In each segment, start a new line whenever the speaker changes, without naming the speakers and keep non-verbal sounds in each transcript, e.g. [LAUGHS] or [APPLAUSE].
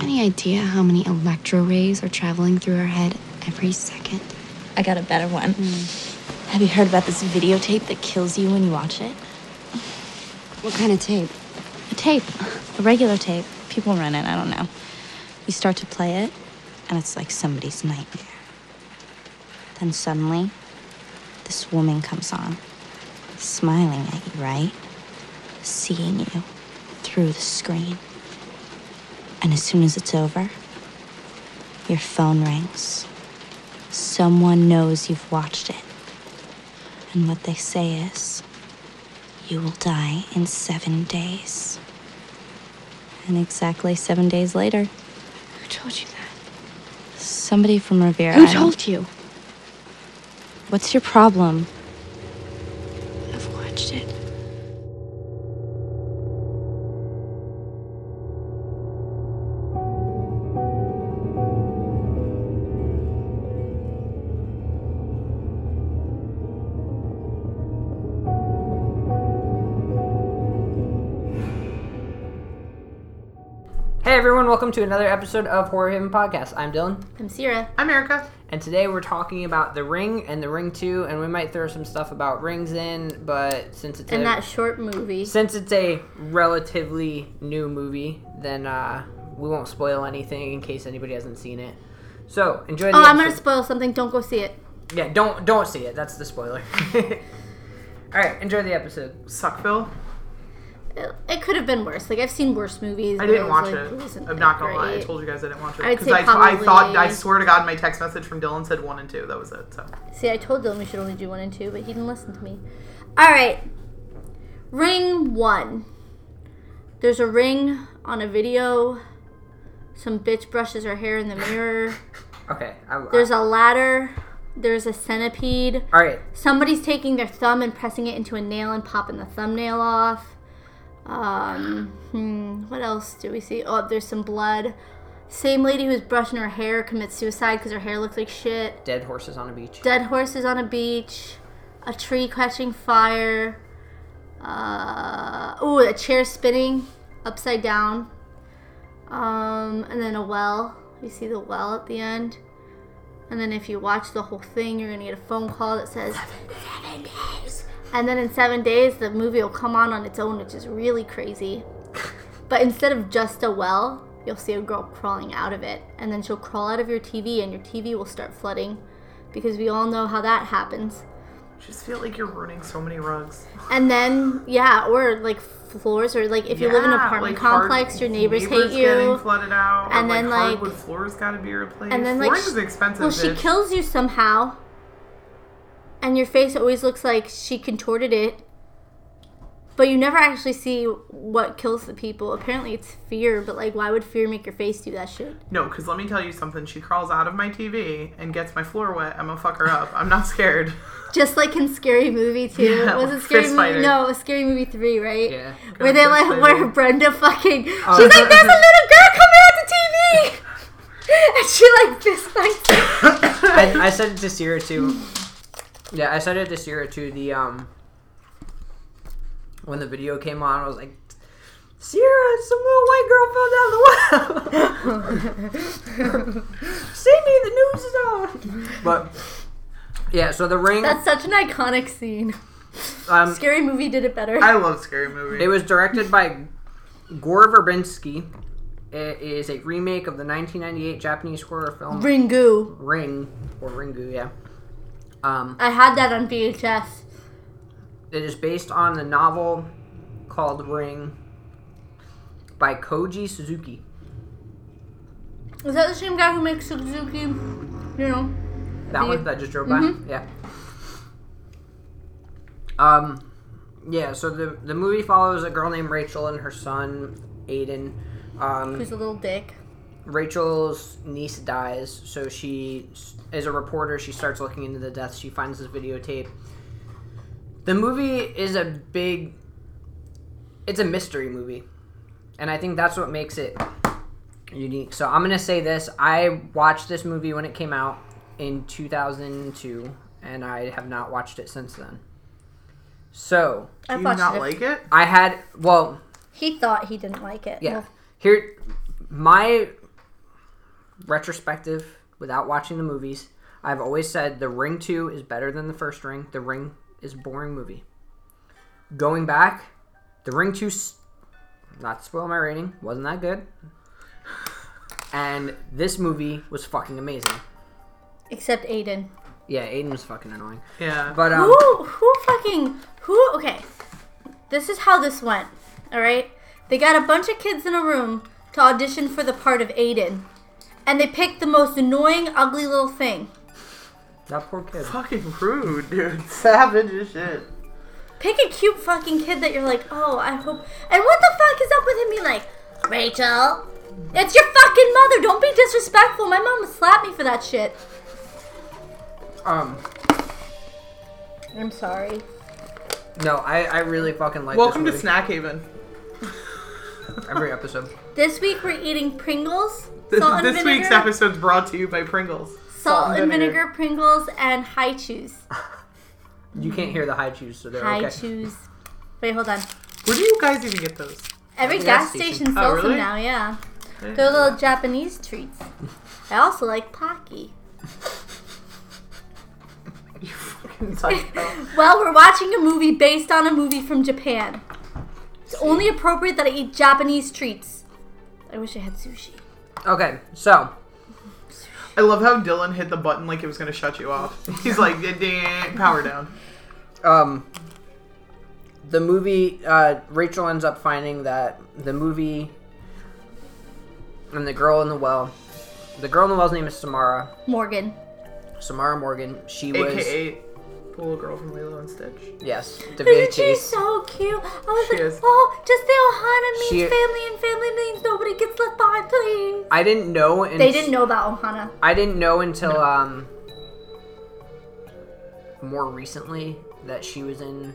any idea how many electro rays are traveling through our head every second? Hmm.
I got a better one. Have you heard about this videotape that kills you when you watch it?
What kind of tape?
A tape, a regular tape. People run it, I don't know. You start to play it, and it's like somebody's nightmare. Then suddenly, this woman comes on, smiling at you, right? Seeing you through the screen. And as soon as it's over, your phone rings. Someone knows you've watched it. And what they say is, you will die in seven days. And exactly seven days later,
Who told you that?
somebody from Revere.
Who
Island-
told you?
What's your problem?
I've watched it.
Hey everyone, welcome to another episode of Horror Haven Podcast. I'm Dylan,
I'm Sierra.
I'm Erica.
and today we're talking about The Ring and The Ring 2, and we might throw some stuff about rings in, but since it's a,
And that short movie.
since it's a relatively new movie, then uh, we won't spoil anything in case anybody hasn't seen it. So enjoy the
Oh, I'm gonna
episode.
spoil something. Don't go see it.
yeah, don't don't see it. That's the spoiler. [LAUGHS] All right, enjoy the episode.
Suckville.
It, it could have been worse. Like I've seen worse movies.
I
but
didn't
was
watch
like,
it.
wasn't
I'm
that
not gonna lie. I
great.
told you guys I didn't watch it
I would
because
say
I, I thought I
probably-
swear to God my text message from Dylan said one and two. That was it. So
See, I told Dylan we should only do one and two, but he didn't listen to me. All right, ring one. There's a ring on a video. Some bitch brushes her hair in the mirror.
Okay, I,
There's a ladder. There's a centipede.
all right.
Somebody's taking their thumb and pressing it into a nail and popping the thumbnail off. Um, hmm, what else do we see? Oh, there's some blood. Same lady who's brushing her hair commits suicide because her hair looks like shit.
Dead horses on a beach.
Dead horses on a beach. A tree catching fire. Uh, oh, a chair spinning upside down. Um, and then a well. You see the well at the end. And then if you watch the whole thing, you're gonna get a phone call that says seven days. And then in seven days, the movie will come on on its own, which is really [LAUGHS] crazy. but instead of just a well, you'll see a girl crawling out of it, and then she'll crawl out of your TV, and your TV will start flooding, because we all know how that happens.
I just feel like you're ruining so many rugs.
And then yeah, or like floors, or like if you live in an
Yeah,
apartment
like, hard-
complex, your neighbors,
neighbors
hate you.
Getting flooded out,
And
and
then,
then
like-
hardwood floors got to be replaced.
and then like
floors is
she-
expensive.
Well, she
bitch.
kills you somehow, and your face always looks like she contorted it. But you never actually see what kills the people. Apparently, it's fear. But like, why would fear make your face do that shit?
No, because let me tell you something. She crawls out of my TV and gets my floor wet. I'm gonna fuck her up. I'm not scared. [LAUGHS]
Just like in Scary Movie too.
Yeah,
was it
fist
Scary Movie?
fighting.
No, it was Scary Movie three, right?
Yeah.
Where they
fist
like
fighting.
where Brenda fucking she's like, there's a little girl coming out the TV, [LAUGHS] and she like fist fights. [LAUGHS]
I, I said it this year too. Yeah, I said it this year too. The um, when the video came on, I was like, "Sierra, some little white girl fell down the well."
[LAUGHS]
See me, the news is on. But yeah, so the ring.
That's such an iconic scene.
Um,
Scary Movie did it better.
I love scary movies.
it was directed by Gore Verbinski. It is a remake of the 1998 Japanese horror film
Ringu.
Ring or Ringu. Yeah. Um.
I had that on VHS.
It is based on the novel called Ring by Koji Suzuki.
Is that the same guy who makes Suzuki? You know,
That one that just drove by. Yeah. Um, yeah. So the the movie follows a girl named Rachel and her son Aiden. Um,
who's a little dick.
Rachel's niece dies, so she is a reporter. She starts looking into the deaths. She finds this videotape. The movie is a big. It's a mystery movie, and I think that's what makes it unique. So I'm gonna say this: I watched this movie when it came out in 2002, and I have not watched it since then. So
I
Do you
watched
not
it.
like it?
I had well.
He thought he didn't like it.
Yeah.
Well,
Here, my retrospective without watching the movies. I've always said The Ring 2 is better than the first Ring. The Ring is a boring movie. Going back, The Ring 2, s- not to spoil my rating, wasn't that good. And this movie was fucking amazing.
Except Aiden.
Yeah, Aiden was fucking annoying.
Yeah.
But, um,
Who who fucking who okay. This is how this went, alright? They got a bunch of kids in a room to audition for the part of Aiden. And they picked the most annoying, ugly little thing.
that poor kid.
Fucking rude, dude. [LAUGHS] Savage as shit.
Pick a cute fucking kid that you're like, oh, I hope. And what the fuck is up with him being like, Rachel, it's your fucking mother. Don't be disrespectful. My mom would slap me for that shit.
Um,
I'm sorry.
no, I, I really fucking like
Welcome to
this movie.
Snack Haven.
every episode.
This week we're eating Pringles.
This,
Salt and
this
vinegar,
week's episode's brought to you by Pringles.
Salt and vinegar.
vinegar.
Pringles and high chews.
You can't hear the high chews, so they're
High
okay.
chews. Wait, hold on.
Where do you guys even get those?
Every
Every gas
gas
station,
station.
Oh,
sells them
really?
now, yeah. They're little Japanese treats. I also like Pocky.
You fucking psycho.
Well, we're watching a movie based on a movie from Japan. It's only appropriate that I eat Japanese treats. I wish I had sushi.
Okay, so
I love how Dylan hit the button like it was gonna shut you off. He's like, "Ding, ding, power down.
um the movie uh, rachel ends up finding that the movie and the girl in the well the girl in the well's name is samara
Morgan.
samara morgan she was
AKA the little girl from Lilo and Stitch.
yes the
Isn't she
VHS.
so cute? I was
She
like,
is.
oh, just the Ohana means
She-
family, and family means nobody gets left behind, please.
i didn't know and
They didn't know about Ohana.
i didn't know until um more recently that she was in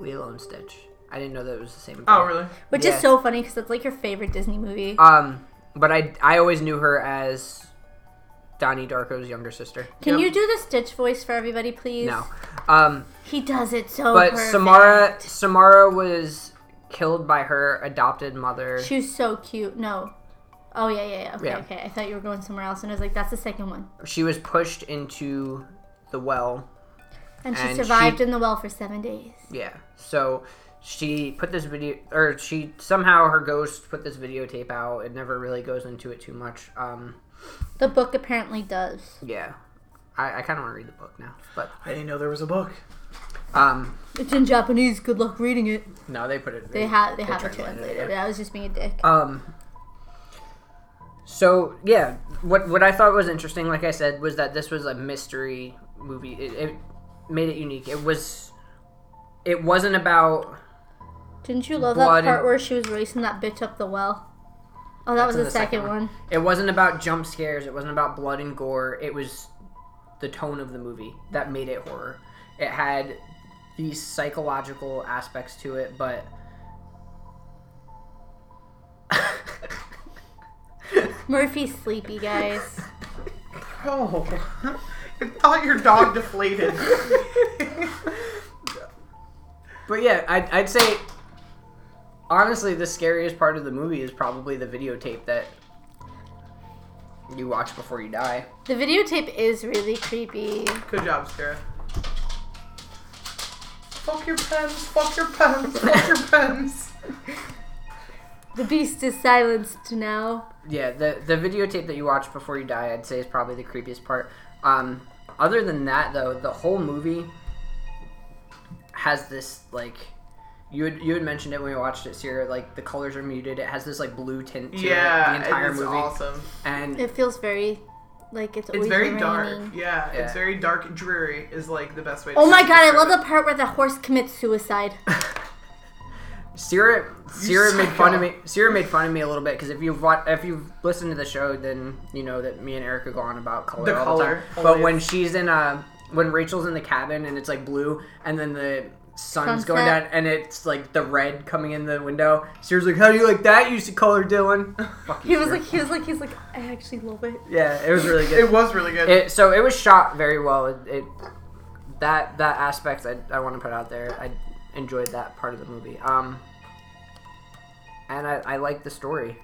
lilo and stitch i didn't know that it was the same thing.
Oh, really?
Which
Yeah.
is so funny because it's like your favorite Disney movie.
um but i i always knew her as donnie darko's younger sister
Can
yep.
you do the Stitch voice for everybody, please?
no um
He does it so
But
Oh, perfect.
Samara Samara was killed by her adopted mother.
She was so cute. No. Oh, yeah, yeah, yeah. Okay,
Yeah.
okay. I thought you were going somewhere else, and I was like, that's the second one.
She was pushed into the well.
And she
And
survived
she-
in the well for seven days.
Yeah. So she put this video or she somehow her ghost put this videotape out. It never really goes into it too much. Um
The book apparently does.
yeah. I, I kinda wanna read the book now. But
I didn't know there was a book.
um
It's in Japanese. Good luck reading it.
no they put it
They have they have it
translated it,
translated. I was just being a dick.
Um. So yeah, what what I thought was interesting, like I said, was that this was a mystery movie. It, it made it unique. It was, it wasn't about
Didn't you love
blood
that part
and-
where she was racing that bitch up the well? Oh, that was
in
the, second, one.
it wasn't about jump scares. It wasn't about blood and gore. It was the tone of the movie that made it horror. It had these psychological aspects to it, but
Murphy's sleepy, guys.
Oh, [LAUGHS] I thought your dog deflated.
But yeah, I'd, I'd say honestly, the scariest part of the movie is probably the videotape that you watch before you die.
the videotape is really creepy.
Good job, Sarah. Fuck your pens, fuck your pens, fuck your pens.
The beast is silenced now.
Yeah, the the videotape that you watch before you die, I'd say, is probably the creepiest part. Um, other than that, though, the whole movie has this like you had, you had mentioned it when we watched it, Sierra. Like the colors are muted. It has this like blue tint to
[LAUGHS] Yeah,
it, the entire
it's
movie,
awesome.
and
It feels very like it's
It's
always
very
raining.
dark. Yeah,
Yeah.
it's very dark and dreary is like the best way to
Oh my god,
describe
I love
it.
the part where the horse commits suicide.
Sierra, Sierra made fun of me.
psycho.
Sierra made fun of me a little bit because if you've watched, if you've listened to the show, then you know that me and Erica go on about color
The
all the
color,
time. But
always.
when she's in a, when Rachel's in the cabin and it's like blue, and then the sun's going down
Sunset.
and it's like the red coming in the window. Sierra's like, "How do you like that? You used to color, Dylan." [LAUGHS] Fuck you,
He was
Sierra.
like, he was like, he's like, I actually love it.
"Yeah, it was really good."
It was really good.
it, so it was shot very well. It, it that that aspect I, I want to put out there. I enjoyed that part of the movie. Um, and I, I like the story.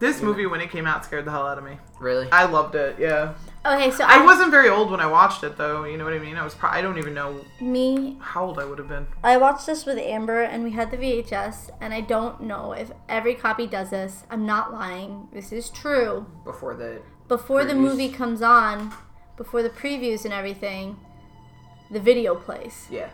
This movie, when it came out, scared the hell out of me.
Really?
I loved it. Yeah,
Okay, so I,
I wasn't very old when I watched it, though. You know what I mean? I was. Pro- I don't even know
me.
how old I would have been.
I watched this with Amber, and we had the VHS. And I don't know if every copy does this. I'm not lying. This is true.
Before the
Before the
Previews.
movie comes on, before the previews and everything, the video plays,
yeah,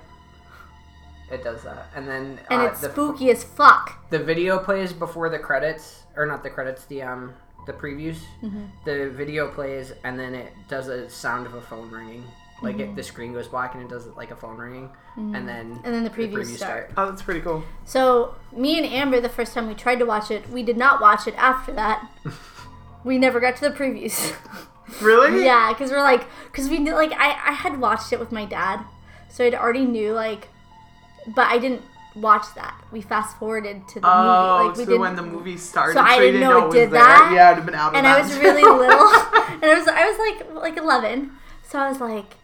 it does that, and then
and
uh,
it's
the,
spooky as fuck.
The video plays before the credits, or not the credits, the um the previews.
Mm-hmm.
The video plays, and then it does a sound of a phone ringing. Like it, the screen goes black, and it does like a phone ringing, and then
Mm-hmm. And then the previews start.
Oh, that's pretty cool.
So me and Amber, the first time we tried to watch it, we did not watch it after
[LAUGHS]
that. we never got to the previews. [LAUGHS]
Really?
yeah, because we're like, because we knew, like, I, I had watched it with my dad, so I'd already knew, like, but I didn't watch that. We fast forwarded to the
Oh,
movie. Like, we
so
didn't,
when the movie started,
So I
you
didn't know it
was
did
there.
that,
Yeah, I'd have been out of
and
that.
I was really little, [LAUGHS] and I was I was like like eleven, so I was like,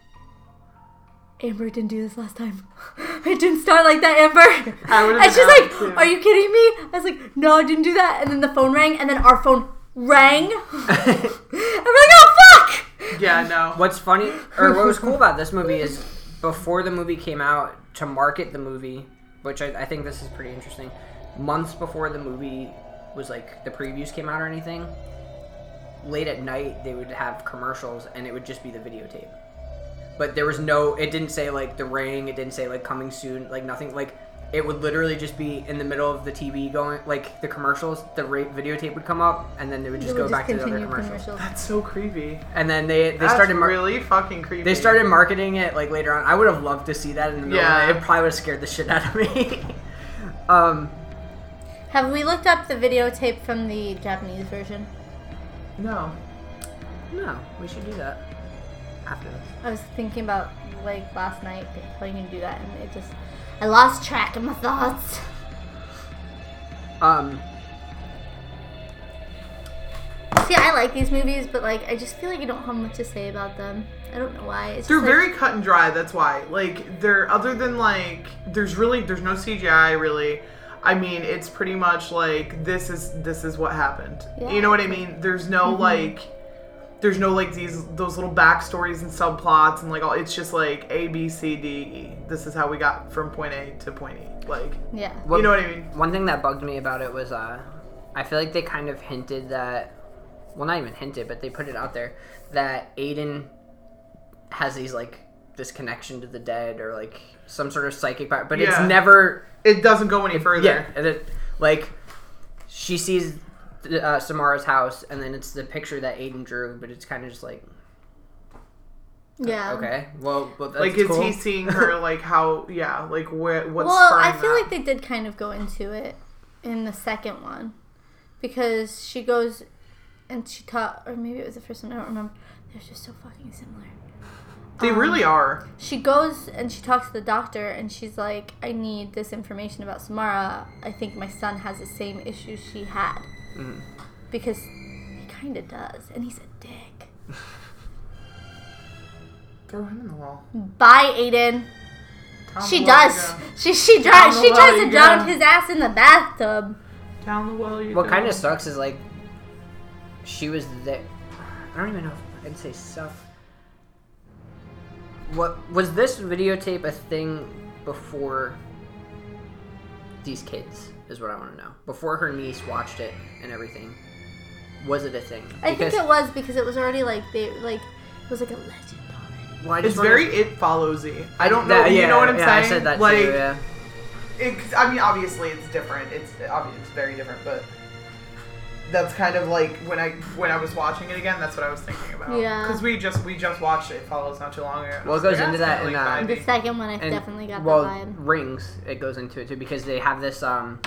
Amber didn't do this last time. [LAUGHS] It didn't start like that, Amber.
[LAUGHS] I would've
and
been
she's
out,
like,
too.
Are you kidding me? I was like, No, I didn't do that. And then the phone rang, and then our phone
[LAUGHS]
rang. [LAUGHS] and we're like, Oh fuck!
[LAUGHS] yeah, no.
What's funny, or what [LAUGHS] was cool about this movie is before the movie came out, to market the movie, which I, I think this is pretty interesting, months before the movie was like the previews came out or anything, late at night they would have commercials and it would just be the videotape. But there was no, it didn't say like the ring, it didn't say like coming soon, like nothing. Like it would literally just be in the middle of the TV going, like the commercials, the ra- videotape would come up and then they would just
We
go back to the other
continue
commercials.
[LAUGHS] That's so creepy.
And then they, they
That's
started mar-
really fucking creepy.
they started marketing it like later on. I would have loved to see that in the middle.
Yeah.
Of the night. it probably would have scared the shit out of me. [LAUGHS] um,
Have we looked up the videotape from the Japanese version?
No.
no, we should do that after this.
I was thinking about like last night how you can do that, and it just I lost track of my thoughts. [LAUGHS]
Um,
See, I like these movies, but like I just feel like I don't have much to say about them. I don't know why. It's
They're
just, like,
very cut and dry. That's why. Like they're other than like there's really there's no CGI really. I mean, it's pretty much like this is this is what happened.
Yeah.
You know what I mean? There's no like there's no like these those little backstories and subplots and like all it's just like A B C D E. This is how we got from point A to point E. Like
yeah.
you know what I mean?
one thing that bugged me about it was uh, I feel like they kind of hinted that, well, not even hinted, but they put it out there that Aiden has these like this connection to the dead or like some sort of psychic power, but it's
Yeah.
never
It doesn't go any further.
Yeah, and it, like she sees uh, Samara's house, and then it's the picture that Aiden drew, but it's kind of just like
Yeah.
okay, well, well that's
Um, Like is
cool.
he seeing her like how yeah, like where what's
Well, I
spurring
feel
that?
like they did kind of go into it in the second one because she goes and she taught, or maybe it was the first one. I don't remember. They're just so fucking similar.
they really are.
she goes and she talks to the doctor and she's like i need this information about samara i think my son has the same issues she had because he kind of does and he's a dick
Throw him in the wall.
bye aiden
Tell him
she
where to
does
go.
she she tries
Down
she
the
tries
well
to
you
drown
go.
his ass in the bathtub
Down the well you
What
go.
kind of sucks is like she was there. I don't even know. if I'd say stuff. What was this videotape a thing before these kids? Is what I want to know. Before her niece watched it and everything, was it a thing?
i think
Because-
it was because it was already like they like it was like a legend already
well, I just
It's
wanna-
very it follows y. I don't know.
That-
you know what I'm
yeah,
saying?
I said that
like,
too. Yeah.
it- I mean, obviously it's different. It's obviously it's very different, but that's kind of like when I when I was watching it again. That's what I was thinking about.
Yeah.
Because we just we just watched it follows not too long ago.
Well, it goes into that in, uh,
the second one i
And,
definitely got
well,
the vibe
rings it goes into it too because they have this um,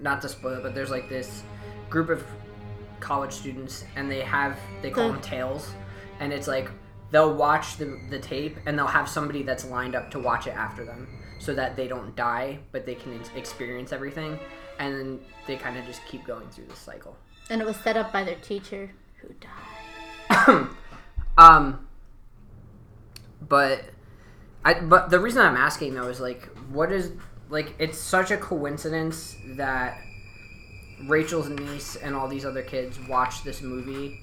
not to spoil it, but there's like this group of college students and they have they call
Mm.
them tails, and it's like they'll watch the the tape and they'll have somebody that's lined up to watch it after them so that they don't die but they can ex- experience everything, and then they kind of just keep going through this cycle.
and it was set up by their teacher who died
Um, but I but the reason I'm asking though is like, what is like? It's such a coincidence that Rachel's niece and all these other kids watched this movie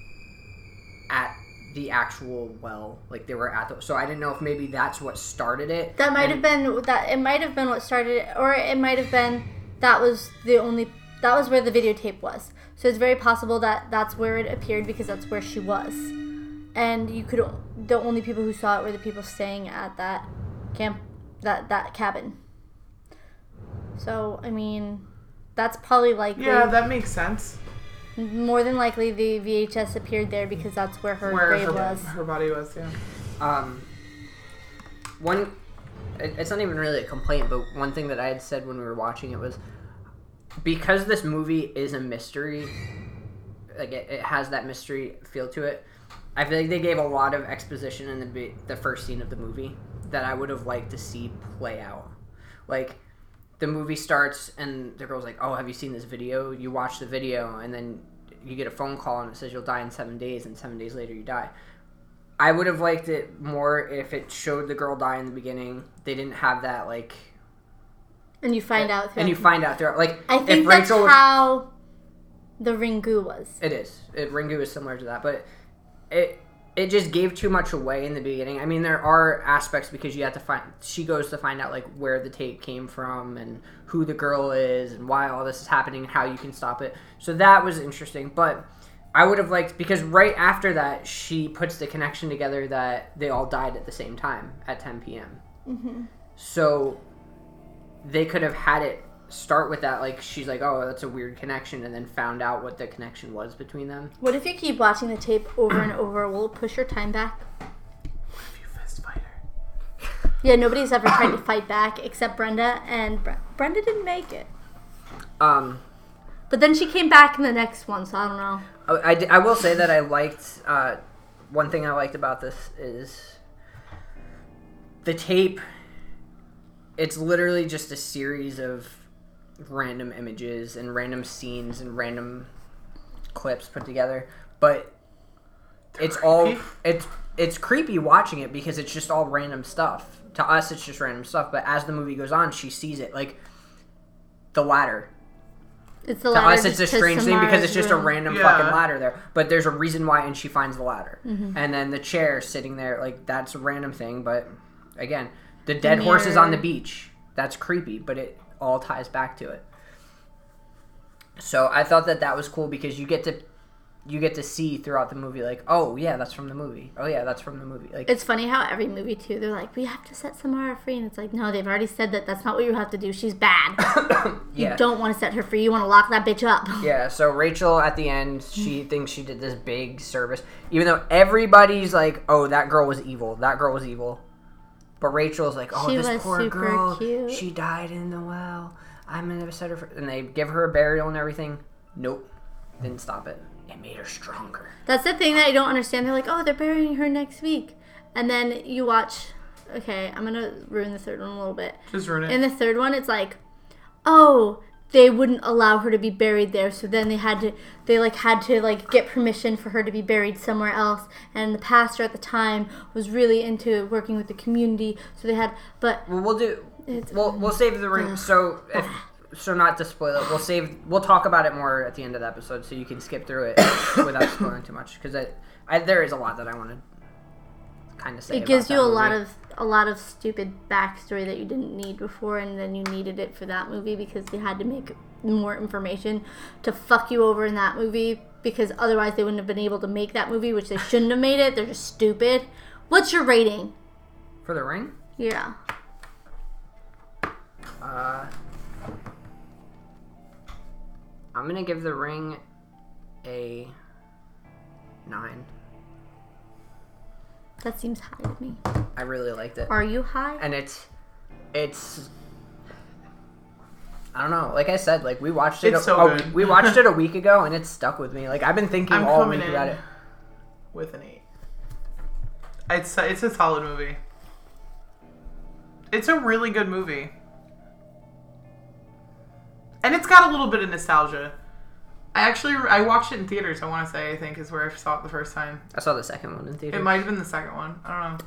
at the actual well. Like they were at the. So I didn't know if maybe that's what started it.
That might have been that. It might have been what started it, or it might have been that was the only that was where the videotape was. So it's very possible that that's where it appeared because that's where she was, and you could o- the only people who saw it were the people staying at that camp that that cabin. So I mean, that's probably likely.
Yeah, that makes sense.
more than likely the VHS appeared there because that's where her
Where
grave
her,
was.
her body was, yeah.
Um, one, it- it's not even really a complaint, but one thing that I had said when we were watching it was because this movie is a mystery, like it, it has that mystery feel to it. I feel like they gave a lot of exposition in the be- the first scene of the movie that I would have liked to see play out. Like the movie starts and the girl's like, "Oh, have you seen this video?" You watch the video and then you get a phone call and it says you'll die in 7 days and 7 days later you die. I would have liked it more if it showed the girl die in the beginning. They didn't have that like,
And you find out through
and you find out throughout. Like,
I
if
think that's
Rachel, was-
how the Ringu was.
it is. It, Ringu is similar to that, but it it just gave too much away in the beginning. I mean, there are aspects because you have to find. She goes to find out like where the tape came from and who the girl is and why all this is happening and how you can stop it. So that was interesting, but. I would have liked because right after that she puts the connection together that they all died at the same time at 10 p.m. So they could have had it start with that. Like she's like, "Oh, that's a weird connection," and then found out what the connection was between them.
What if you keep watching the tape over and over? Will it push your time back?
You fist fighter.
Yeah, nobody's ever tried to fight back except Brenda, and Bre- Brenda didn't make it.
Um,
But then she came back in the next one, so I don't know.
I, I d- I will say that I liked uh, one thing I liked about this is the tape. It's literally just a series of random images and random scenes and random clips put together, but it's all
creepy.
it's it's creepy watching it because it's just all random stuff. To us, it's just random stuff, but as the movie goes on, she sees it like the ladder
It's the
to
ladder
us it's
to-
a
to
strange thing because
Samara's
it's just a
room.
random
Yeah.
fucking ladder there but there's a reason why and she finds the ladder
Mm-hmm.
and then the chair sitting there like that's a random thing but again the dead horse is on the
mirror.
beach that's creepy but it all ties back to it so i thought that that was cool because you get to you get to see throughout the movie like oh yeah that's from the movie oh yeah that's from the movie like
It's funny how every movie too, they're like, we have to set Samara free, and it's like, no, they've already said that. That's not what you have to do. She's bad.
[COUGHS] yeah
Don't want to set her free. You want to lock that bitch up. [SIGHS]
Yeah, so Rachel at the end, she thinks she did this big service. Even though everybody's like, oh, that girl was evil. That girl was evil. But Rachel's like, oh,
She
this
was
poor
super
girl.
cute."
She died in the well. I'm going to set her. fr-" And they give her a burial and everything. Nope. Didn't stop it. It made her stronger.
That's the thing that I don't understand. They're like, oh, they're burying her next week. And then you watch. Okay, I'm going to ruin the third one a little bit.
Just ruin it.
In the third one, it's like, oh, they wouldn't allow her to be buried there. So then they had to, they like had to like get permission for her to be buried somewhere else. And the pastor at the time was really into working with the community. So they had, but
Well, we'll do. We'll, we'll save the ring. So, if, so not to spoil it, we'll save. We'll talk about it more at the end of the episode so you can skip
[COUGHS]
through it without spoiling too much. Because I, I, there is a lot that I want to kind of say.
it
about
gives
that
you a lot
movie.
of a lot of stupid backstory that you didn't need before and then you needed it for that movie because they had to make more information to fuck you over in that movie because otherwise they wouldn't have been able to make that movie which they shouldn't have made it they're just stupid what's your rating
For the ring?
yeah
Uh, I'm gonna give the ring a nine.
that seems high to me
I really liked it,
are you high
and it's it's. I don't know. Like I said, like we watched it.
It's
a,
so
a-
good.
we watched
[LAUGHS]
it a week ago, and it stuck with me. Like I've been thinking
I'm
all
coming
week about
in.
it.
with an eight. It's it's a solid movie. It's a really good movie, and it's got a little bit of nostalgia. I actually I watched it in theaters. I want to say I think is where I saw it the first time.
I saw the second one in
It
theater.
might have been the second one. I don't know.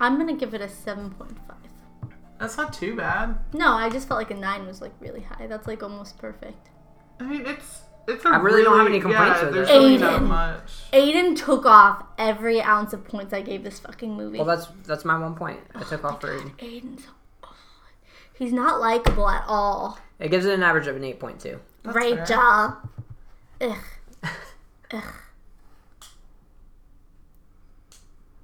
i'm gonna give it a 7.5
That's not too bad.
no i just felt like a 9 was like really high that's like almost perfect
I mean, it's it's. A
I really don't have any complaints
yeah,
with
there's
it.
really not
Aiden.
much.
Aiden took off every ounce of points I gave this fucking movie.
Well, that's that's my one point. I took off for Aiden.
Aiden's Oh, he's not likable at all.
It gives it an average of an eight point two.
Rachel. Ugh.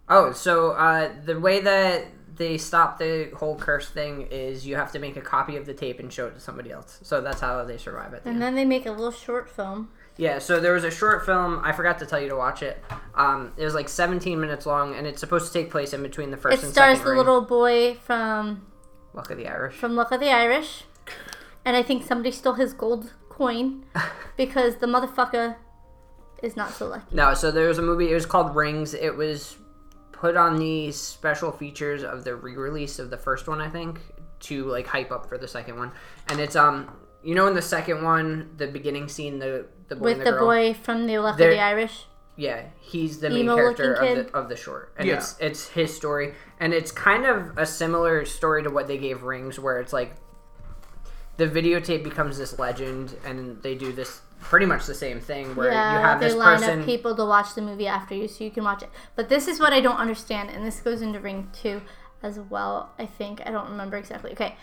Oh, so uh, the way that they stop the whole curse thing is you have to make a copy of the tape and show it to somebody else. So that's how they survive it.
And then they make a little short film.
Yeah, so there was a short film. I forgot to tell you to watch it. Um, it was like 17 minutes long, and it's supposed to take place in between the
It
first and
stars
second
the
ring.
little boy from
Luck of the Irish.
from Luck of the Irish. And I think somebody stole his gold
[LAUGHS]
coin because the motherfucker is not so lucky.
No, so there was a movie. It was called Rings. It was put on the special features of the re-release of the first one, I think, to like hype up for the second one. And it's um, you know, in the second one, the beginning scene, the the boy
With
and
the,
the, girl,
boy from the Luck
They're-
of the Irish.
yeah, he's the main
Emo-looking
character of
kid.
the of the short, and
Yeah.
it's it's his story, and it's kind of a similar story to what they gave Rings, where it's like the videotape becomes this legend, and they do this pretty much the same thing, where you
Yeah,
have
they
this
line
person.
up people to watch the movie after you so you can watch it. But this is what I don't understand, and this goes into Ring 2 as well, I think. I don't remember exactly. Okay.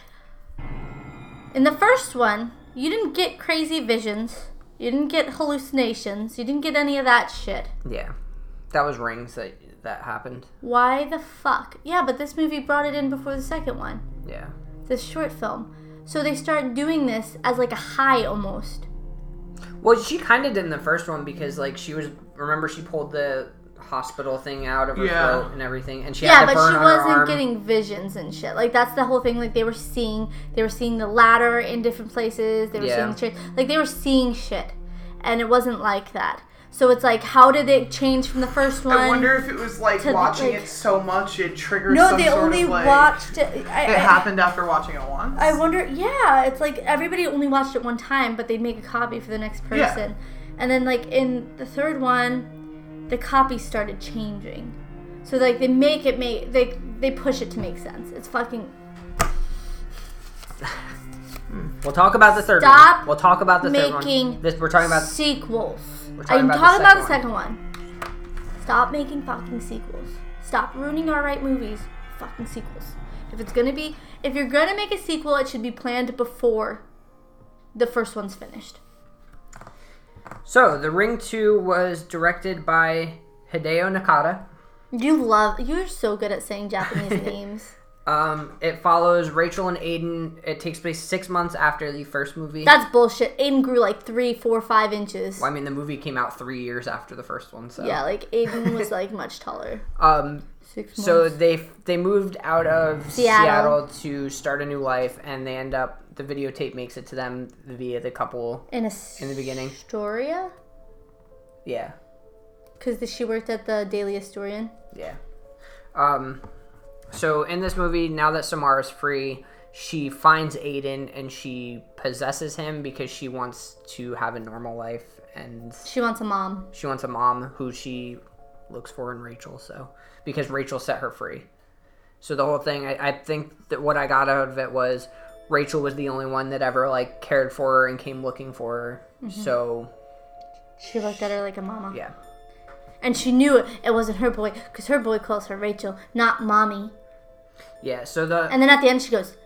In the first one, you didn't get crazy visions, you didn't get hallucinations, you didn't get any of that shit.
Yeah, that was Rings that that happened.
Why the fuck? Yeah, but this movie brought it in before the second one,
Yeah,
this short film. So they start doing this as like a high almost.
well, she kind of did in the first one because like she was remember she pulled the hospital thing out of her
Yeah.
throat and everything, and she
Yeah,
had the
but
burn
she
on her
wasn't
arm.
getting visions and shit. Like that's the whole thing. Like they were seeing, they were seeing the ladder in different places. They were
Yeah.
seeing the church. Like they were seeing shit, and it wasn't like that. So it's like, how did it change from the first one?
I wonder if it was like
to the,
watching
like-
it so much it triggers.
no,
some
they
sort
only
of, like,
watched it. I,
It
I-
happened after watching it once.
I wonder. Yeah, it's like everybody only watched it one time, but they'd make a copy for the next
Yeah.
person. And then like in the third one, the copy started changing. So like they make it make they they push it to make sense. It's fucking
We'll talk about the third
Stop
one. We'll talk about the third one.
making
This we're talking about.
sequels.
We're talking
I'm
about the
talking about the
second
second one. Stop making fucking sequels. Stop ruining our right movies. Fucking sequels. If it's gonna be, if you're gonna make a sequel, it should be planned before the first one's finished.
So the Ring Two was directed by Hideo Nakata.
You love. You're so good at
[LAUGHS]
saying Japanese names.
Um, it follows Rachel and Aiden. It takes place six months after the first movie.
That's bullshit. Aiden grew like three, four, five inches.
Well, I mean, the movie came out three years after the first one, so
Yeah, like Aiden was like much taller.
Um,
Six months.
So they they moved out of Seattle.
Seattle.
to start a new life, and they end up. The videotape makes it to them via the couple.
in a
in the beginning.
Astoria,
Yeah,
because she worked at the Daily Astorian.
yeah. Um, so in this movie, now that Samara's free, she finds Aiden and she possesses him because she wants to have a normal life and
She wants a mom.
she wants a mom who she looks for in Rachel. So because Rachel set her free, so the whole thing. I, I think that what I got out of it was Rachel was the only one that ever like cared for her and came looking for her. So
She looked at her like a mama.
yeah,
And she knew it, it wasn't her boy, because her boy calls her Rachel, not mommy.
yeah. So the
And then at the end, she goes,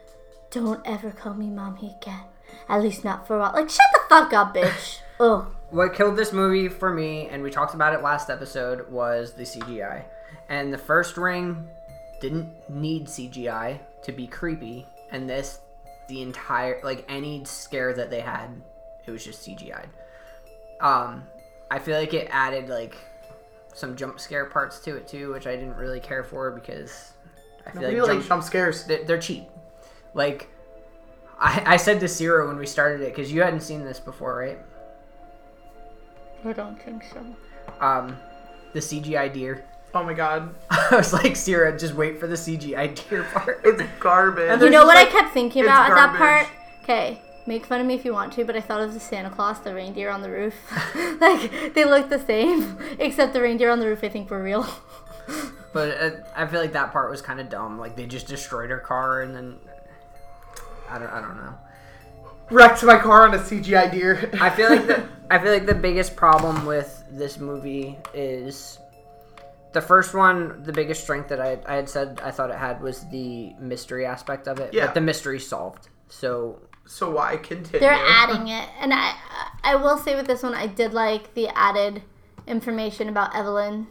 Don't ever call me mommy again. At least not for a while. Like, shut the fuck up, bitch. Ugh.
what killed this movie for me, and we talked about it last episode, was the CGI. And the first ring didn't need CGI to be creepy, and this, the entire like any scare that they had, it was just CGI'd. Um, I feel like it added like some jump scare parts to it too, which I didn't really care for because I feel like
We like
jump,
jump scares.
they're, they're cheap. Like I, I said to Ciro when we started it because you hadn't seen this before, right?
I don't think so.
um, the CGI deer. [LAUGHS]
Oh my god,
I was like, Sierra, just wait for the CGI deer [LAUGHS] part.
it's garbage.
And
You
There's
know
just,
what I
like,
kept thinking
it's
about at that part?
garbage.
Okay, make fun of me if you want to, but I thought of the Santa Claus, the reindeer on the roof. [LAUGHS] like, they look the same, [LAUGHS] except the reindeer on the roof I think were real. [LAUGHS]
but uh, I feel like that part was kind of dumb. Like they just destroyed her car, and then I don't, I don't know.
wrecked my car on a CGI deer.
I feel like the, I feel like the biggest problem with this movie is the first one. The biggest strength that I, I had said I thought it had was the mystery aspect of it.
Yeah.
But the mystery solved. So
so why continue?
They're adding it, and I I will say with this one, I did like the added information about Evelyn.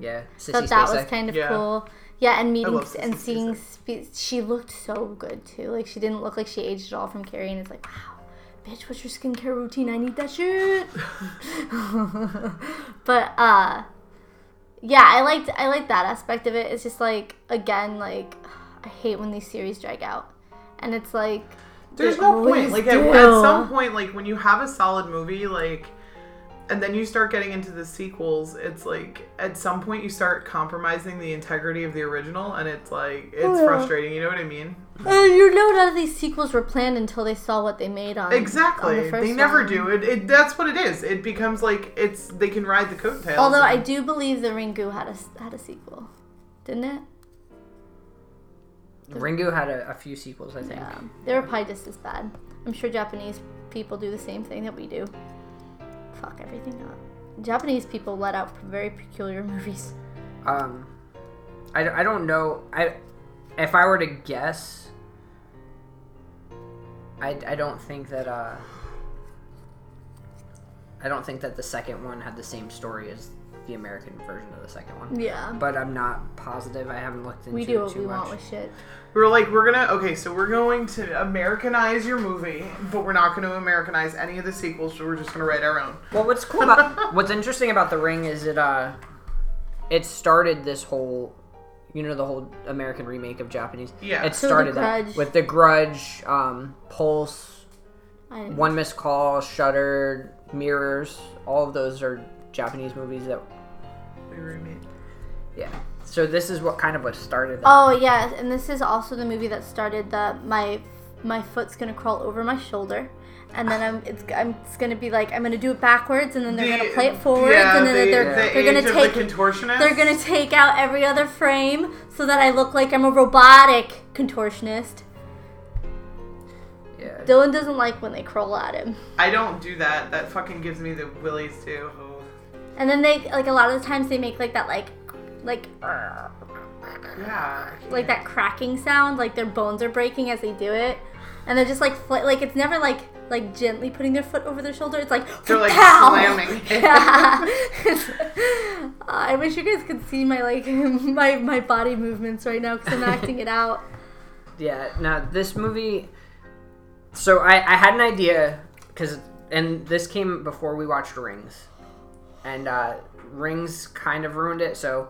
yeah, Sissy
Thought that was
Spacek.
kind of
Yeah.
cool. Yeah, and meeting
love
and
Sissy
seeing spe- she looked so good too. Like she didn't look like she aged at all from Carrie, and it's like, wow, bitch, what's your skincare routine? I need that shit. [LAUGHS] but uh, yeah, I liked I liked that aspect of it. It's just like again, like I hate when these series drag out, and it's like
There's
They
no point.
always
Like at,
do.
at some point, like when you have a solid movie, like, and then you start getting into the sequels, it's like at some point you start compromising the integrity of the original, and it's like
Oh,
it's frustrating. You know what I mean?
Uh, you know none of these sequels were planned until they saw what they made on
Exactly.
on the first
they never
one.
do. It, it. That's what it is. It becomes like it's they can ride the coattails.
Although I
and-
do believe the Ringu had a s- had a sequel, didn't it?
Ringu had a, a few sequels, I think.
Yeah, they were probably just as bad. I'm sure Japanese people do the same thing that we do. Fuck everything up. Japanese people let out very peculiar [LAUGHS] movies.
Um, I, I don't know. I if I were to guess, I, I don't think that uh, I don't think that the second one had the same story as the American version of the second one.
Yeah,
But I'm not positive. I haven't looked into
we do
it
what
too
we
much.
want with shit.
we were like, we're gonna okay, so we're going to Americanize your movie, but we're not going to Americanize any of the sequels. So we're just gonna write our own.
Well, what's cool about what's interesting about the ring is it uh, it started this whole, you know, the whole American remake of Japanese.
Yeah.
it
So The
started that
Grudge.
with the Grudge, um, Pulse,
I didn't-
One Missed Call, Shudder, Mirrors. All of those are Japanese movies that,
We remade.
yeah. So this is what kind of what started. That.
Oh yeah, and this is also the movie that started the my my foot's gonna crawl over my shoulder, and then I'm it's I'm it's gonna be like I'm gonna do it backwards, and then they're gonna play it forwards,
yeah,
and then
the-
they're
the
they're
age
gonna
of
take
the contortionist.
they're gonna take out every other frame so that I look like I'm a robotic contortionist. Oh.
yeah.
Dylan doesn't like when they crawl at him.
I don't do that. That fucking gives me the willies too.
And then they like a lot of the times they make like that like like
Yeah.
like that cracking sound, like their bones are breaking as they do it. And they're just like fl- like it's never like like gently putting their foot over their shoulder. It's like
They're like
"Pow!"
slamming.
[LAUGHS]
[LAUGHS]
Yeah. I wish you guys could see my like [LAUGHS] my my body movements right now because I'm acting it out.
Yeah. Now this movie. So I, I had an idea because and this came before we watched Rings, and uh, Rings kind of ruined it. So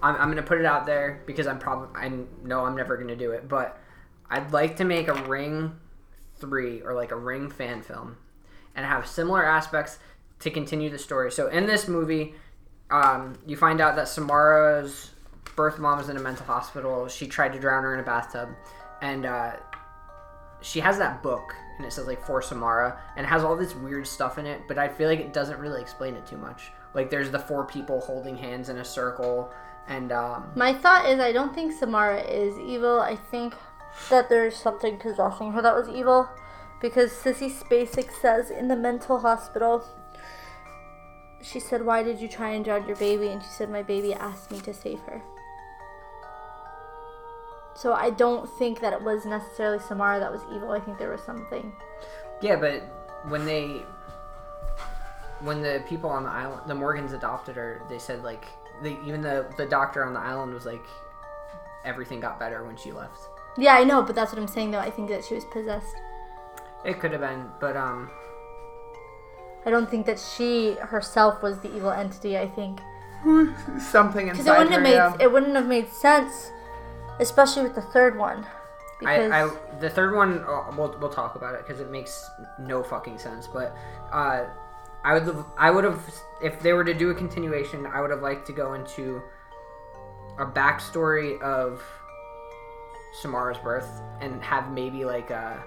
I'm, I'm gonna put it out there because I'm probably I know I'm never gonna do it, but I'd like to make a Ring three or like a Ring fan film, and have similar aspects to continue the story. So in this movie, um, you find out that Samara's birth mom is in a mental hospital. She tried to drown her in a bathtub, and uh, she has that book, and it says like for Samara, and it has all this weird stuff in it. But I feel like it doesn't really explain it too much. Like there's the four people holding hands in a circle, and um,
My thought is I don't think Samara is evil. I think that there's something possessing her that was evil. Because Sissy Spacek says in the mental hospital, she said, Why did you try and drown your baby? And she said, My baby asked me to save her. So I don't think that it was necessarily Samara that was evil. I think there was something.
yeah, but when they when the people on the island, the Morgans adopted her, they said like the, even the the doctor on the island was like everything got better when she left.
Yeah, I know, but that's what I'm saying though. I think that she was possessed.
It could have been, but um,
I don't think that she herself was the evil entity. I think
Something
Because it
inside
wouldn't
her.
have made
yeah.
it wouldn't have made sense, especially with the third one. Because
I, I the third one uh, we'll, we'll talk about it because it makes no fucking sense. But uh, I would have- I would have if they were to do a continuation, I would have liked to go into a backstory of Samara's birth and have maybe like a.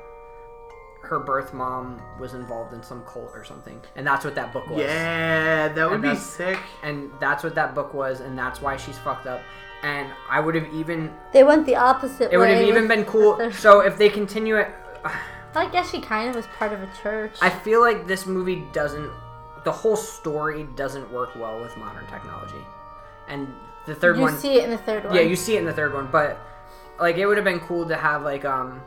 Her birth mom was involved in some cult or something, and that's what that book was.
Yeah, that would
And
be
that's-
sick.
And that's what that book was, and that's why she's fucked up. And I would have even
they went the
it
opposite way.
would have even
[LAUGHS] with
been cool.
the-
So if they continue it, uh,
I guess she kind of was part of a church.
I feel like this movie doesn't. The whole story doesn't work well with modern technology, and the third
you
one.
see it in the third one.
yeah, you see it in the third one, but like it would have been cool to have like um,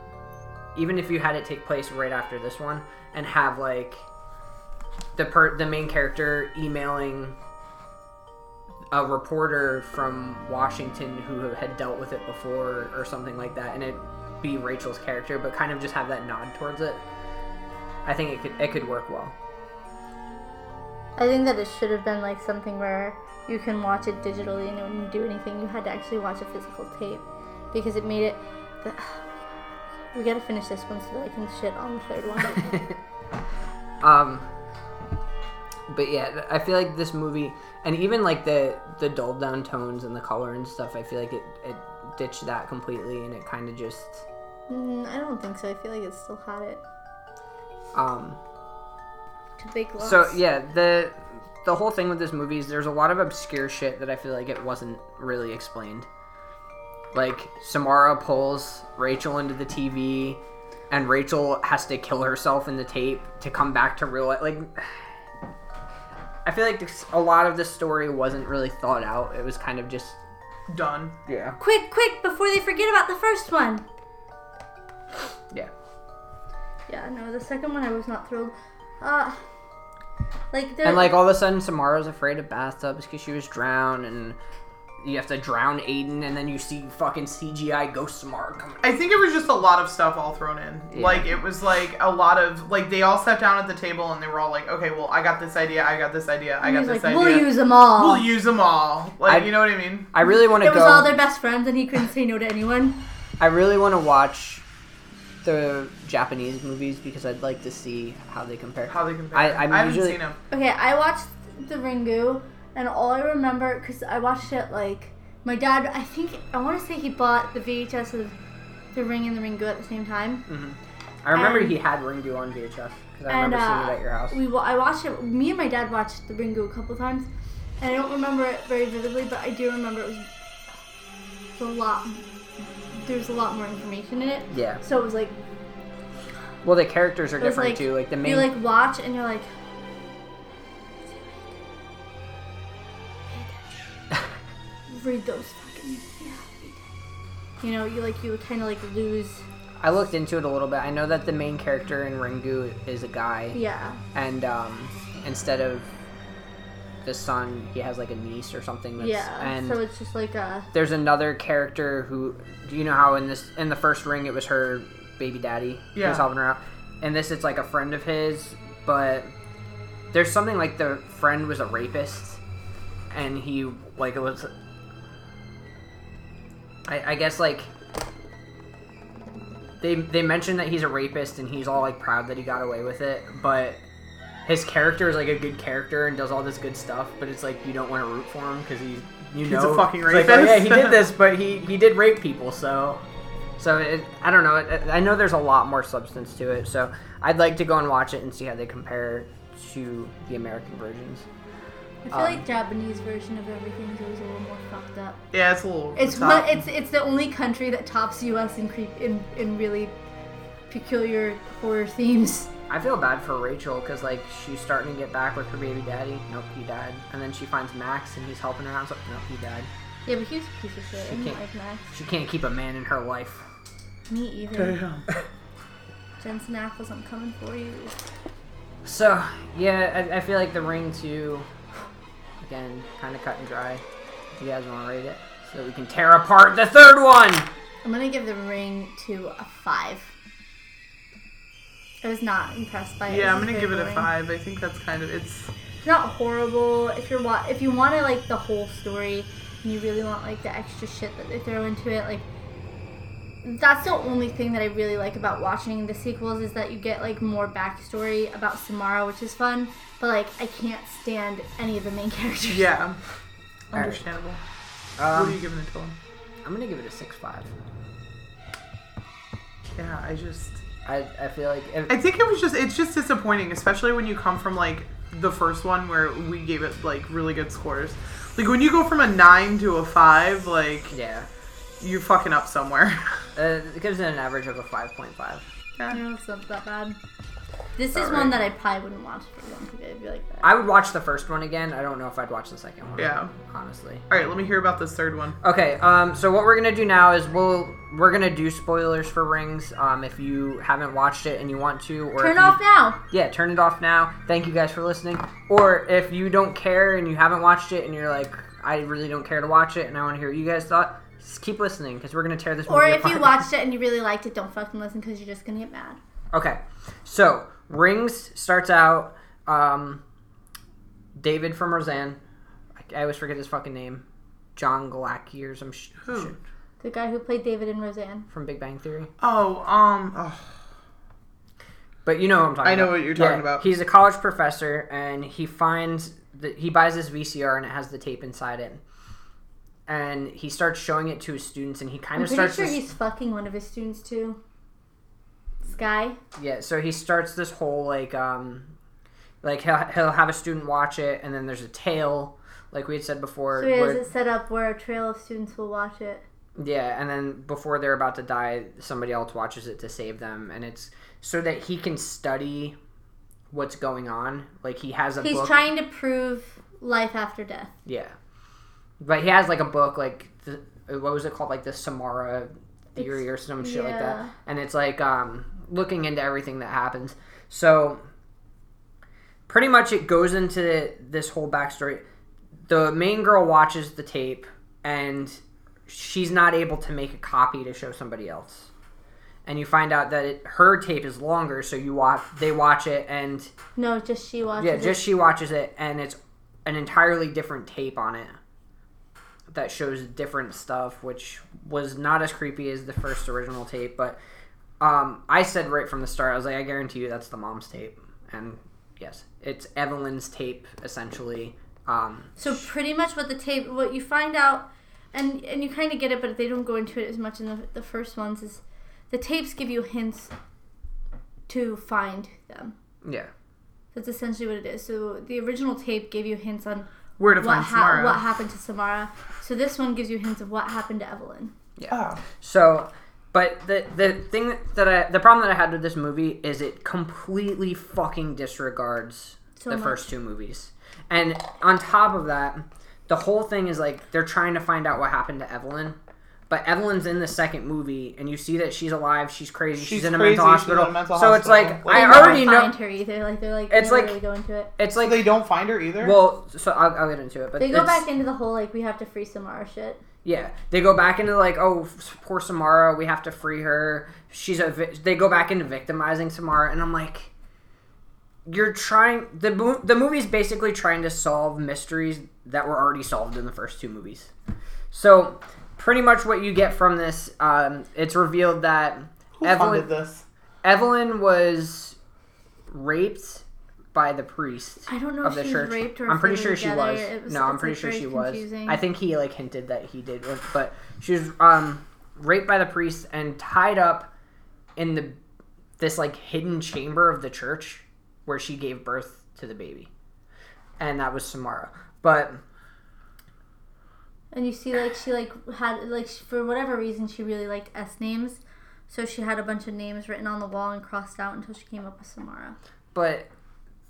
even if you had it take place right after this one, and have like the per the main character emailing a reporter from Washington who had dealt with it before or something like that, and it be Rachel's character, but kind of just have that nod towards it. I think it could it could work well.
I think that it should have been like something where you can watch it digitally and it wouldn't do anything. You had to actually watch a physical tape because it made it. [SIGHS] The, we gotta finish this one so that I can shit on the third
[LAUGHS]
one.
Um, but yeah, th- I feel like this movie, and even like the the dulled down tones and the color and stuff, I feel like it it ditched that completely, and it kind of just
mm, I don't think so. I feel like it still had it.
um.
It's a big loss.
So yeah, the the whole thing with this movie is there's a lot of obscure shit that I feel like it wasn't really explained. Like Samara pulls Rachel into the TV, and Rachel has to kill herself in the tape to come back to real life. Like, [SIGHS] I feel like this, a lot of the story wasn't really thought out. It was kind of just
Done.
yeah,
Quick, quick, before they forget about the first one!
yeah.
Yeah, no, the second one I was not thrilled. Uh, like, there.
And like all of a sudden, Samara's afraid of bathtubs because she was drowned, and you have to drown Aiden, and then you see fucking CGI Ghost Samara coming.
I think it was just a lot of stuff all thrown in.
Yeah.
Like it was like a lot of like they all sat down at the table and they were all like, okay, well I got this idea, I got this idea, I
he
got
was
this
like,
idea.
we'll use them all.
We'll use them all. Like
I-
you know what I mean?
I really want
it
to
was
go.
all their best friends and he couldn't say no to anyone.
I really want to watch the Japanese movies because I'd like to see how they compare.
How they compare.
I- I'm
I haven't
usually-
seen them.
Okay, I watched the Ringu, and all I remember because I watched it like my dad. I think I want to say he bought the VHS of the Ring and the Ringu at the same time.
I remember
and-
he had Ringu on VHS because I
and
remember seeing
uh,
it at your house.
we wa- I watched it. Me and my dad watched the Ringu a couple times, and I don't remember it very vividly, but I do remember it was, it was a lot. There's a lot more information in it.
Yeah.
So it was like
Well, the characters are
It was
different
like,
too. Like the
You
main.
like watch and
[LAUGHS]
you're like. Read those fucking. Yeah, read that. You know, you like you kind of like lose.
I looked into it a little bit. I know that the main character in Ringu is a guy,
Yeah.
and um, instead of the son, he has like a niece or something. That's,
yeah.
And
so it's just like a.
there's another character who do you know how in this in the first ring it was her baby daddy who
Yeah.
was helping her out and this it's like a friend of his but there's something like the friend was a rapist and he like it was i, I guess like they they mention that he's a rapist and he's all like proud that he got away with it but his character is like a good character and does all this good stuff, but it's like you don't want to root for him because he's you
He's
know
a fucking
it's like, oh, yeah,
rapist."
he did this, but he he did rape people, so so it, I don't know. It, I know there's a lot more substance to it, so I'd like to go and watch it and see how they compare to the American versions.
I feel
Um,
like Japanese version of everything goes a little more fucked up.
Yeah, it's a little
It's
not-
what it's it's the only country that tops U.S. in creep in in really peculiar horror themes.
I feel bad for Rachel because like she's starting to get back with her baby daddy. Nope, he died. And then she finds Max and he's helping her out. So, nope, he died.
Yeah, but he was a piece of shit. I didn't
can't-
like Max.
She can't keep a man in her life.
Me either.
Damn.
[LAUGHS] Jensen Ackles, I'm coming for you.
So yeah, I, I feel like the ring too. Again, kind of cut and dry. You guys want to rate it so that we can tear apart the third one.
I'm gonna give the ring to a five. I was not impressed by it.
Yeah,
It
I'm
was
gonna
very
give it a
boring.
five. I think that's kind of it's
It's not horrible. If you're wa- if you want to like the whole story and you really want like the extra shit that they throw into it, like that's the only thing that I really like about watching the sequels is that you get like more backstory about Samara, which is fun. But like I can't stand any of the main [LAUGHS] characters.
yeah.
right.
Understandable. what are you
Um,
giving it to him?
I'm gonna give it a six five.
Yeah, I just
I, I feel like
I
if,
think it was just it's just disappointing, especially when you come from like the first one where we gave it like really good scores. Like when you go from a nine to a five, like
yeah,
you're fucking up somewhere. [LAUGHS]
uh, it gives it an average of a five point five.
No, it's not that bad. This is one that I probably wouldn't watch for one today. I'd be like that.
I would watch the first one again. I don't know if I'd watch the second one.
Yeah.
Honestly.
All right, let me hear about this third one.
Okay, um, so what we're gonna do now is we'll we're gonna do spoilers for Rings. Um, if you haven't watched it and you want to, or if
Turn
you-
off now.
Yeah, turn it off now. Thank you guys for listening. Or if you don't care and you haven't watched it and you're like, I really don't care to watch it and I want to hear what you guys thought, just keep listening because we're gonna tear this.
Or
movie [LAUGHS]
if you
apart.
watched it and you really liked it, don't fucking listen because you're just gonna get mad.
Okay, so Rings starts out. Um, David from Roseanne. I, I always forget his fucking name. John Galacki or some sh- shit
The guy who played David and Roseanne.
from Big Bang Theory.
Oh, um, oh,
But you know what I'm talking about.
I know what you're talking about.
He's a college professor, and he finds that he buys this VCR, and it has the tape inside it. And he starts showing it to his students, and he kind
I'm
of
pretty
starts.
sure
this,
he's fucking one of his students too. Sky.
yeah, so he starts this whole like, um, like he'll, he'll have a student watch it, and then there's a tail, like we had said before.
So he has
where-
it set up where a trail of students will watch it.
Yeah, and then before they're about to die, somebody else watches it to save them, and it's so that he can study what's going on. Like he has a
He's
book.
trying to prove life after death.
Yeah, but he has like a book, like the, what was it called, like the Samara theory or some shit like
yeah.
that, and it's like um, looking into everything that happens. So pretty much it goes into this whole backstory. The main girl watches the tape, and she's not able to make a copy to show somebody else. And you find out that it, her tape is longer, so you watch. They watch it, and
No, just she watches.
yeah,
it.
just she watches it, and it's an entirely different tape on it that shows different stuff, which was not as creepy as the first original tape. But um, I said right from the start, I was like, I guarantee you that's the mom's tape, and yes, it's Evelyn's tape essentially. Um,
So pretty much what the tape, what you find out, and and you kind of get it, but they don't go into it as much in the, the first ones. Is the tapes give you hints to find them.
yeah,
That's essentially what it is. So the original tape gave you hints on
where to
what
find
ha-
Samara.
what happened to Samara. So this one gives you hints of what happened to Evelyn.
Oh.
So, but the the thing that I the problem that I had with this movie is it completely fucking disregards the
much.
first two movies, and on top of that, the whole thing is like they're trying to find out what happened to Evelyn. But Evelyn's in the second movie, and you see that she's alive. She's crazy. She's,
She's
in, a
crazy,
mental
she's in
hospital.
a mental
so it's
hospital.
like
Like,
I
They never
already know.
find her either. Like they're like
It's
it's
like-
like really go into it.
It's
So
like
they don't find her either.
well, so I'll, I'll get into it. But
They go
it's-
back into the whole like we have to free Samara shit.
Yeah, they go back into like, oh, f- poor Samara, we have to free her. She's a. Vi- they go back into victimizing Samara, and I'm like, you're trying. The mo- the movie's basically trying to solve mysteries that were already solved in the first two movies. So, pretty much what you get from this, um, it's revealed that
Who
Evelyn
funded this?
Evelyn was raped by the priest.
I don't know
Of
if
the
she
church,
was raped or
I'm
if
pretty
they
sure
were
she
together.
was.
It was
No, I'm
it's,
pretty
like,
sure
very
she
confusing.
was. I think he like hinted that he did, but she was um, raped by the priest and tied up in the this like hidden chamber of the church where she gave birth to the baby, and that was Samara. But
And you see, like she like had like she, for whatever reason she really liked S names, so she had a bunch of names written on the wall and crossed out until she came up with Samara.
But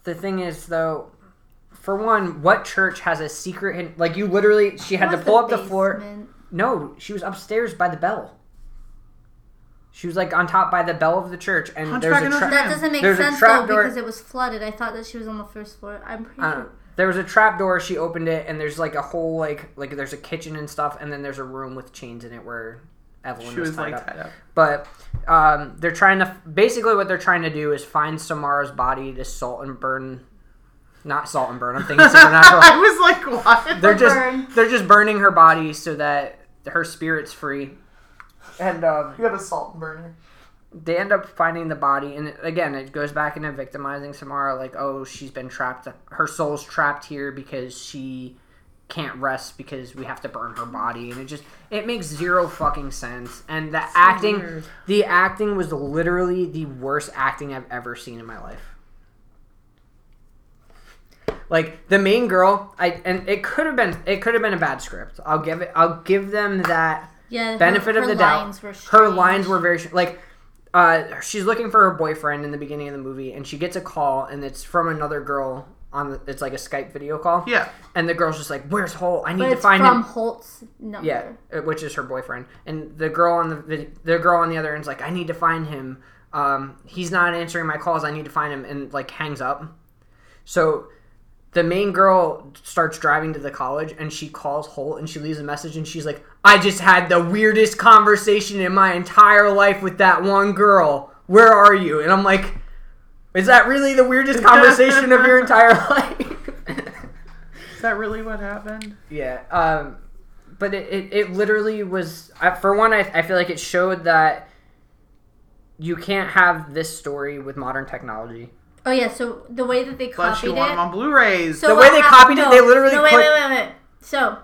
the thing is, though, for one, what church has a secret? hidden like you literally, she had to
was
pull
the
up the floor.
basement.
No, she was upstairs by the bell. She was like on top by the bell of the church, and
Hunchback
there's a
of Notre
trap.
That doesn't make
There's a
sense though
trap door- Uh,
because it was flooded. I thought that she was on the first floor. I'm pretty
I don't know.
sure.
There was a trap door. She opened it, and there's like a whole like like there's a kitchen and stuff, and then there's a room with chains in it where Evelyn
She
was,
was
tied
like
up.
tied up.
But um, they're trying to basically what they're trying to do is find Samara's body to salt and burn, not salt and burn. I'm thinking supernatural.
[LAUGHS] [LAUGHS] I was like, what?
they're just
burn.
they're just burning her body so that her spirit's free. And um,
You had a salt burner.
they end up finding the body, and again, it goes back into victimizing Samara. Like, oh, she's been trapped. Her soul's trapped here because she can't rest because we have to burn her body, and it just it makes zero fucking sense. And the acting, the acting was literally the worst acting I've ever seen in my life. Like the main girl, I and it could have been it could have been a bad script. I'll give it. I'll give them that
Yeah, her-
benefit
her
of the doubt.
lines were
her
strange.
lines were very sh- like uh, she's looking for her boyfriend in the beginning of the movie, and she gets a call, and it's from another girl on. The, it's like a Skype video call.
Yeah.
And the girl's just like, "Where's Holt? I need
But
to
it's
find
from
him."
Holt's number.
Yeah, uh, which is her boyfriend, and the girl on the vid- the girl on the other end's like, "I need to find him. Um, he's not answering my calls. I need to find him," and like hangs up. So the main girl starts driving to the college, and she calls Holt, and she leaves a message, and she's like, "I just had the weirdest conversation in my entire life with that one girl. Where are you?" And I'm like, "Is that really the weirdest conversation of your entire life?" [LAUGHS]
Is that really what happened?
Yeah. Um, but it, it, it literally was, I, for one, I, I feel like it showed that you can't have this story with modern technology.
Oh yeah. So the way that they copied
Plus, you
it.
want them on Blu-rays.
So
The
what
way they
hap-
copied it,
no,
they literally
No, wait,
click-
wait, wait, wait. So,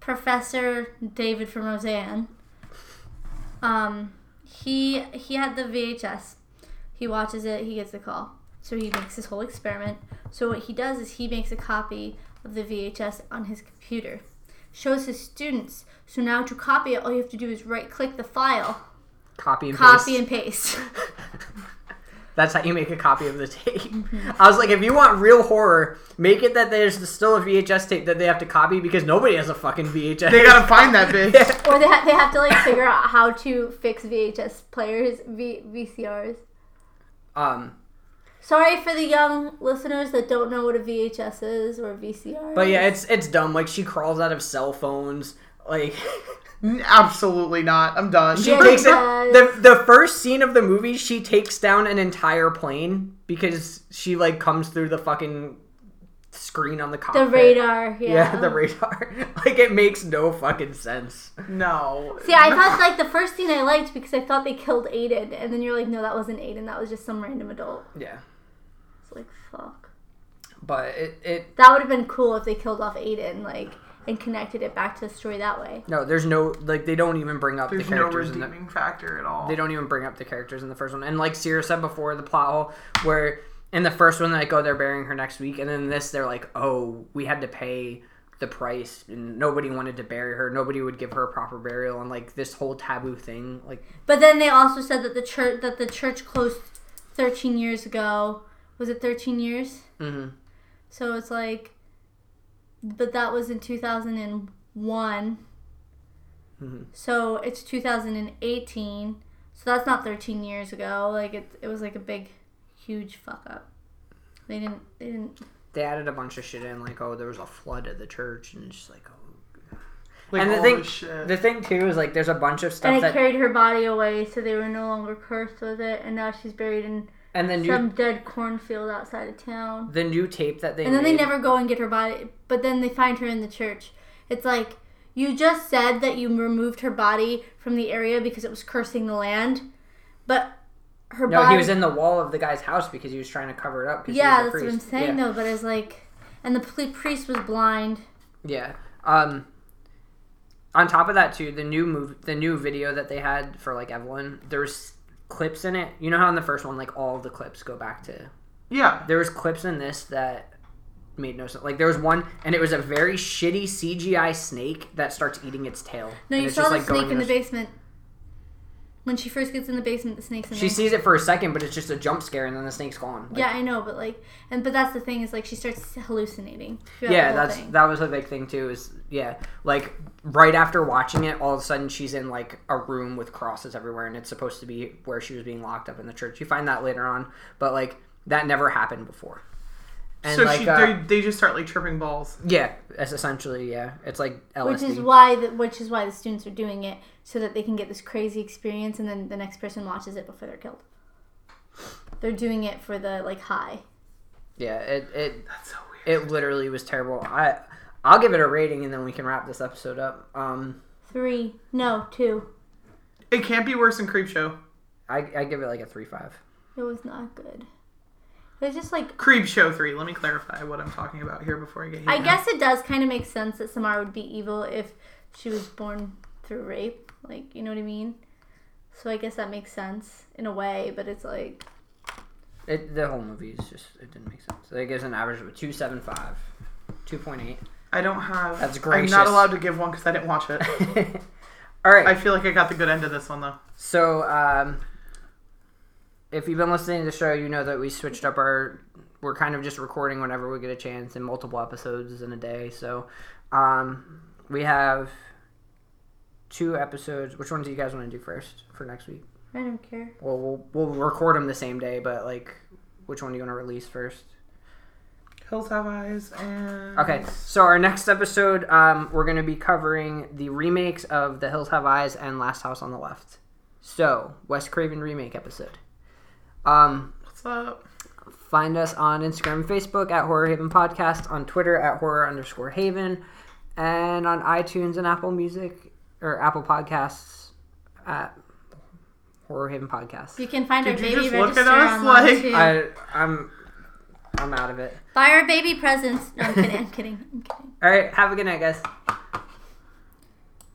Professor David from Roseanne, um, he he had the VHS. He watches it. He gets the call. So he makes this whole experiment. So what he does is he makes a copy of the VHS on his computer, shows his students. So now to copy it, all you have to do is right click the file,
Copy and
copy
paste. [LAUGHS]
and paste.
That's how you make a copy of the
[LAUGHS]
tape.
Mm-hmm.
I was like, if you want real horror, make it that there's still a VHS tape that they have to copy because nobody has a fucking VHS.
They gotta find that
[LAUGHS]
bitch.
or they, ha- they have to like figure out how to fix VHS players, v- VCRs.
um,
Sorry for the young listeners that don't know what a VHS is or VCR.
but yeah, it's it's dumb. Like she crawls out of cell phones. Like [LAUGHS]
N- Absolutely not. I'm done.
She
[LAUGHS]
takes it.
does.
The, the first scene of the movie, she takes down an entire plane because she like comes through the fucking screen on the cockpit.
the radar. Yeah.
Yeah, [LAUGHS] the radar. Like it makes no fucking sense.
No.
See, I thought like the first scene I liked because I thought they killed Aiden, and then you're like, no, that wasn't Aiden. That was just some random adult.
Yeah,
It's like fuck.
but it, it
That would have been cool if they killed off Aiden, like, and connected it back to the story that way.
no. There's no like they don't even bring up
There's
the
no
characters in the
redeeming factor at all.
they don't even bring up the characters in the first one. And like Sierra said before, the plot hole where in the first one they're like, oh, they're burying her next week, and then this they're like, oh, we had to pay the price, and nobody wanted to bury her. Nobody would give her a proper burial, and like this whole taboo thing. Like,
But then they also said that the church that the church closed 13 years ago. Was it 13 years?
Mhm.
So it's like, but that was in 2001.
Mm-hmm.
So it's 2018. So that's not 13 years ago. Like it, it was like a big, huge fuck up. They didn't. They didn't.
they added a bunch of shit in, like, oh, there was a flood at the church, and it's just like, oh.
Like,
and the
all
thing,
this shit.
the thing too is like, there's a bunch of
And
stuff
it
that,
carried her body away, so they were no longer cursed with it. And now she's buried in
and then
some
you.
dead cornfield outside of town.
The new tape that they
And then they
made-
never go and get her body, but then they find her in the church. It's like, you just said that you removed her body from the area because it was cursing the land, but her
No,
body.
he was in the wall of the guy's house because he was trying to cover it up. 'cause he
yeah,
was
that's
a
what I'm
priest.
saying,
Yeah.
though, but it's like. And the pl- priest was blind.
Yeah. Um. On top of that, too, the new move, the new video that they had for like Evelyn, there's clips in it. You know how in the first one, like all of the clips go back to.
yeah.
There was clips in this that made no sense. Like there was one, and it was a very shitty CGI snake that starts eating its tail.
No,
and
you
it's
saw
just,
the
like, going
snake in the
this-
basement. When she first gets in the basement, the snake's in
She
there.
sees it for a second, but it's just a jump scare, and then the snake's gone. Like,
yeah, I know, but like, and but that's the thing is like she starts hallucinating. throughout the
yeah
whole
that's
thing.
that was a big thing too is yeah like right after watching it all of a sudden she's in like a room with crosses everywhere and it's supposed to be where she was being locked up in the church you find that later on but like that never happened before and
so
like
she,
uh,
they, they just start like tripping balls.
yeah that's essentially yeah it's like LSD.
which is why the which is why the students are doing it so that they can get this crazy experience and then the next person watches it before they're killed they're doing it for the like high
yeah it it
That's so weird.
it literally was terrible i i'll give it a rating and then we can wrap this episode up um
three no two
It can't be worse than Creepshow.
i i give it like a three five
it was not good it was just like
Creepshow three. Let me clarify what I'm talking about here before I get.
i
heated.
guess it does kind of make sense that samara would be evil if she was born through rape like you know what i mean so i guess that makes sense in a way but it's like
it the whole movie is just it didn't make sense it gives an average of a 275 2.8
I don't have.
That's
I'm not
gracious.
allowed to give
[LAUGHS]
one because I didn't watch it.
All right.
I feel like I got the good end of this one though.
so, um, if you've been listening to the show, you know that we switched up our. We're kind of just recording whenever we get a chance, and multiple episodes in a day. So, um, we have two episodes. Which one do you guys want to do first for next week?
I don't care.
Well, we'll we'll record them the same day, but like, which one do you want to release first?
Hills Have Eyes and
Okay, so our next episode, um, we're going to be covering the remakes of The Hills Have Eyes and Last House on the Left. So, Wes Craven remake episode. Um,
What's up?
find us on Instagram and Facebook at Horror Haven Podcast, on Twitter at Horror underscore Haven, and on iTunes and Apple Music or Apple Podcasts at Horror Haven Podcast.
You can find
Did
our
you
baby
just
register
look at us?
online
Like-
too.
I, I'm I'm out of it.
Buy our baby presents. No, I'm kidding. I'm kidding. I'm kidding.
All right, have a good night, guys.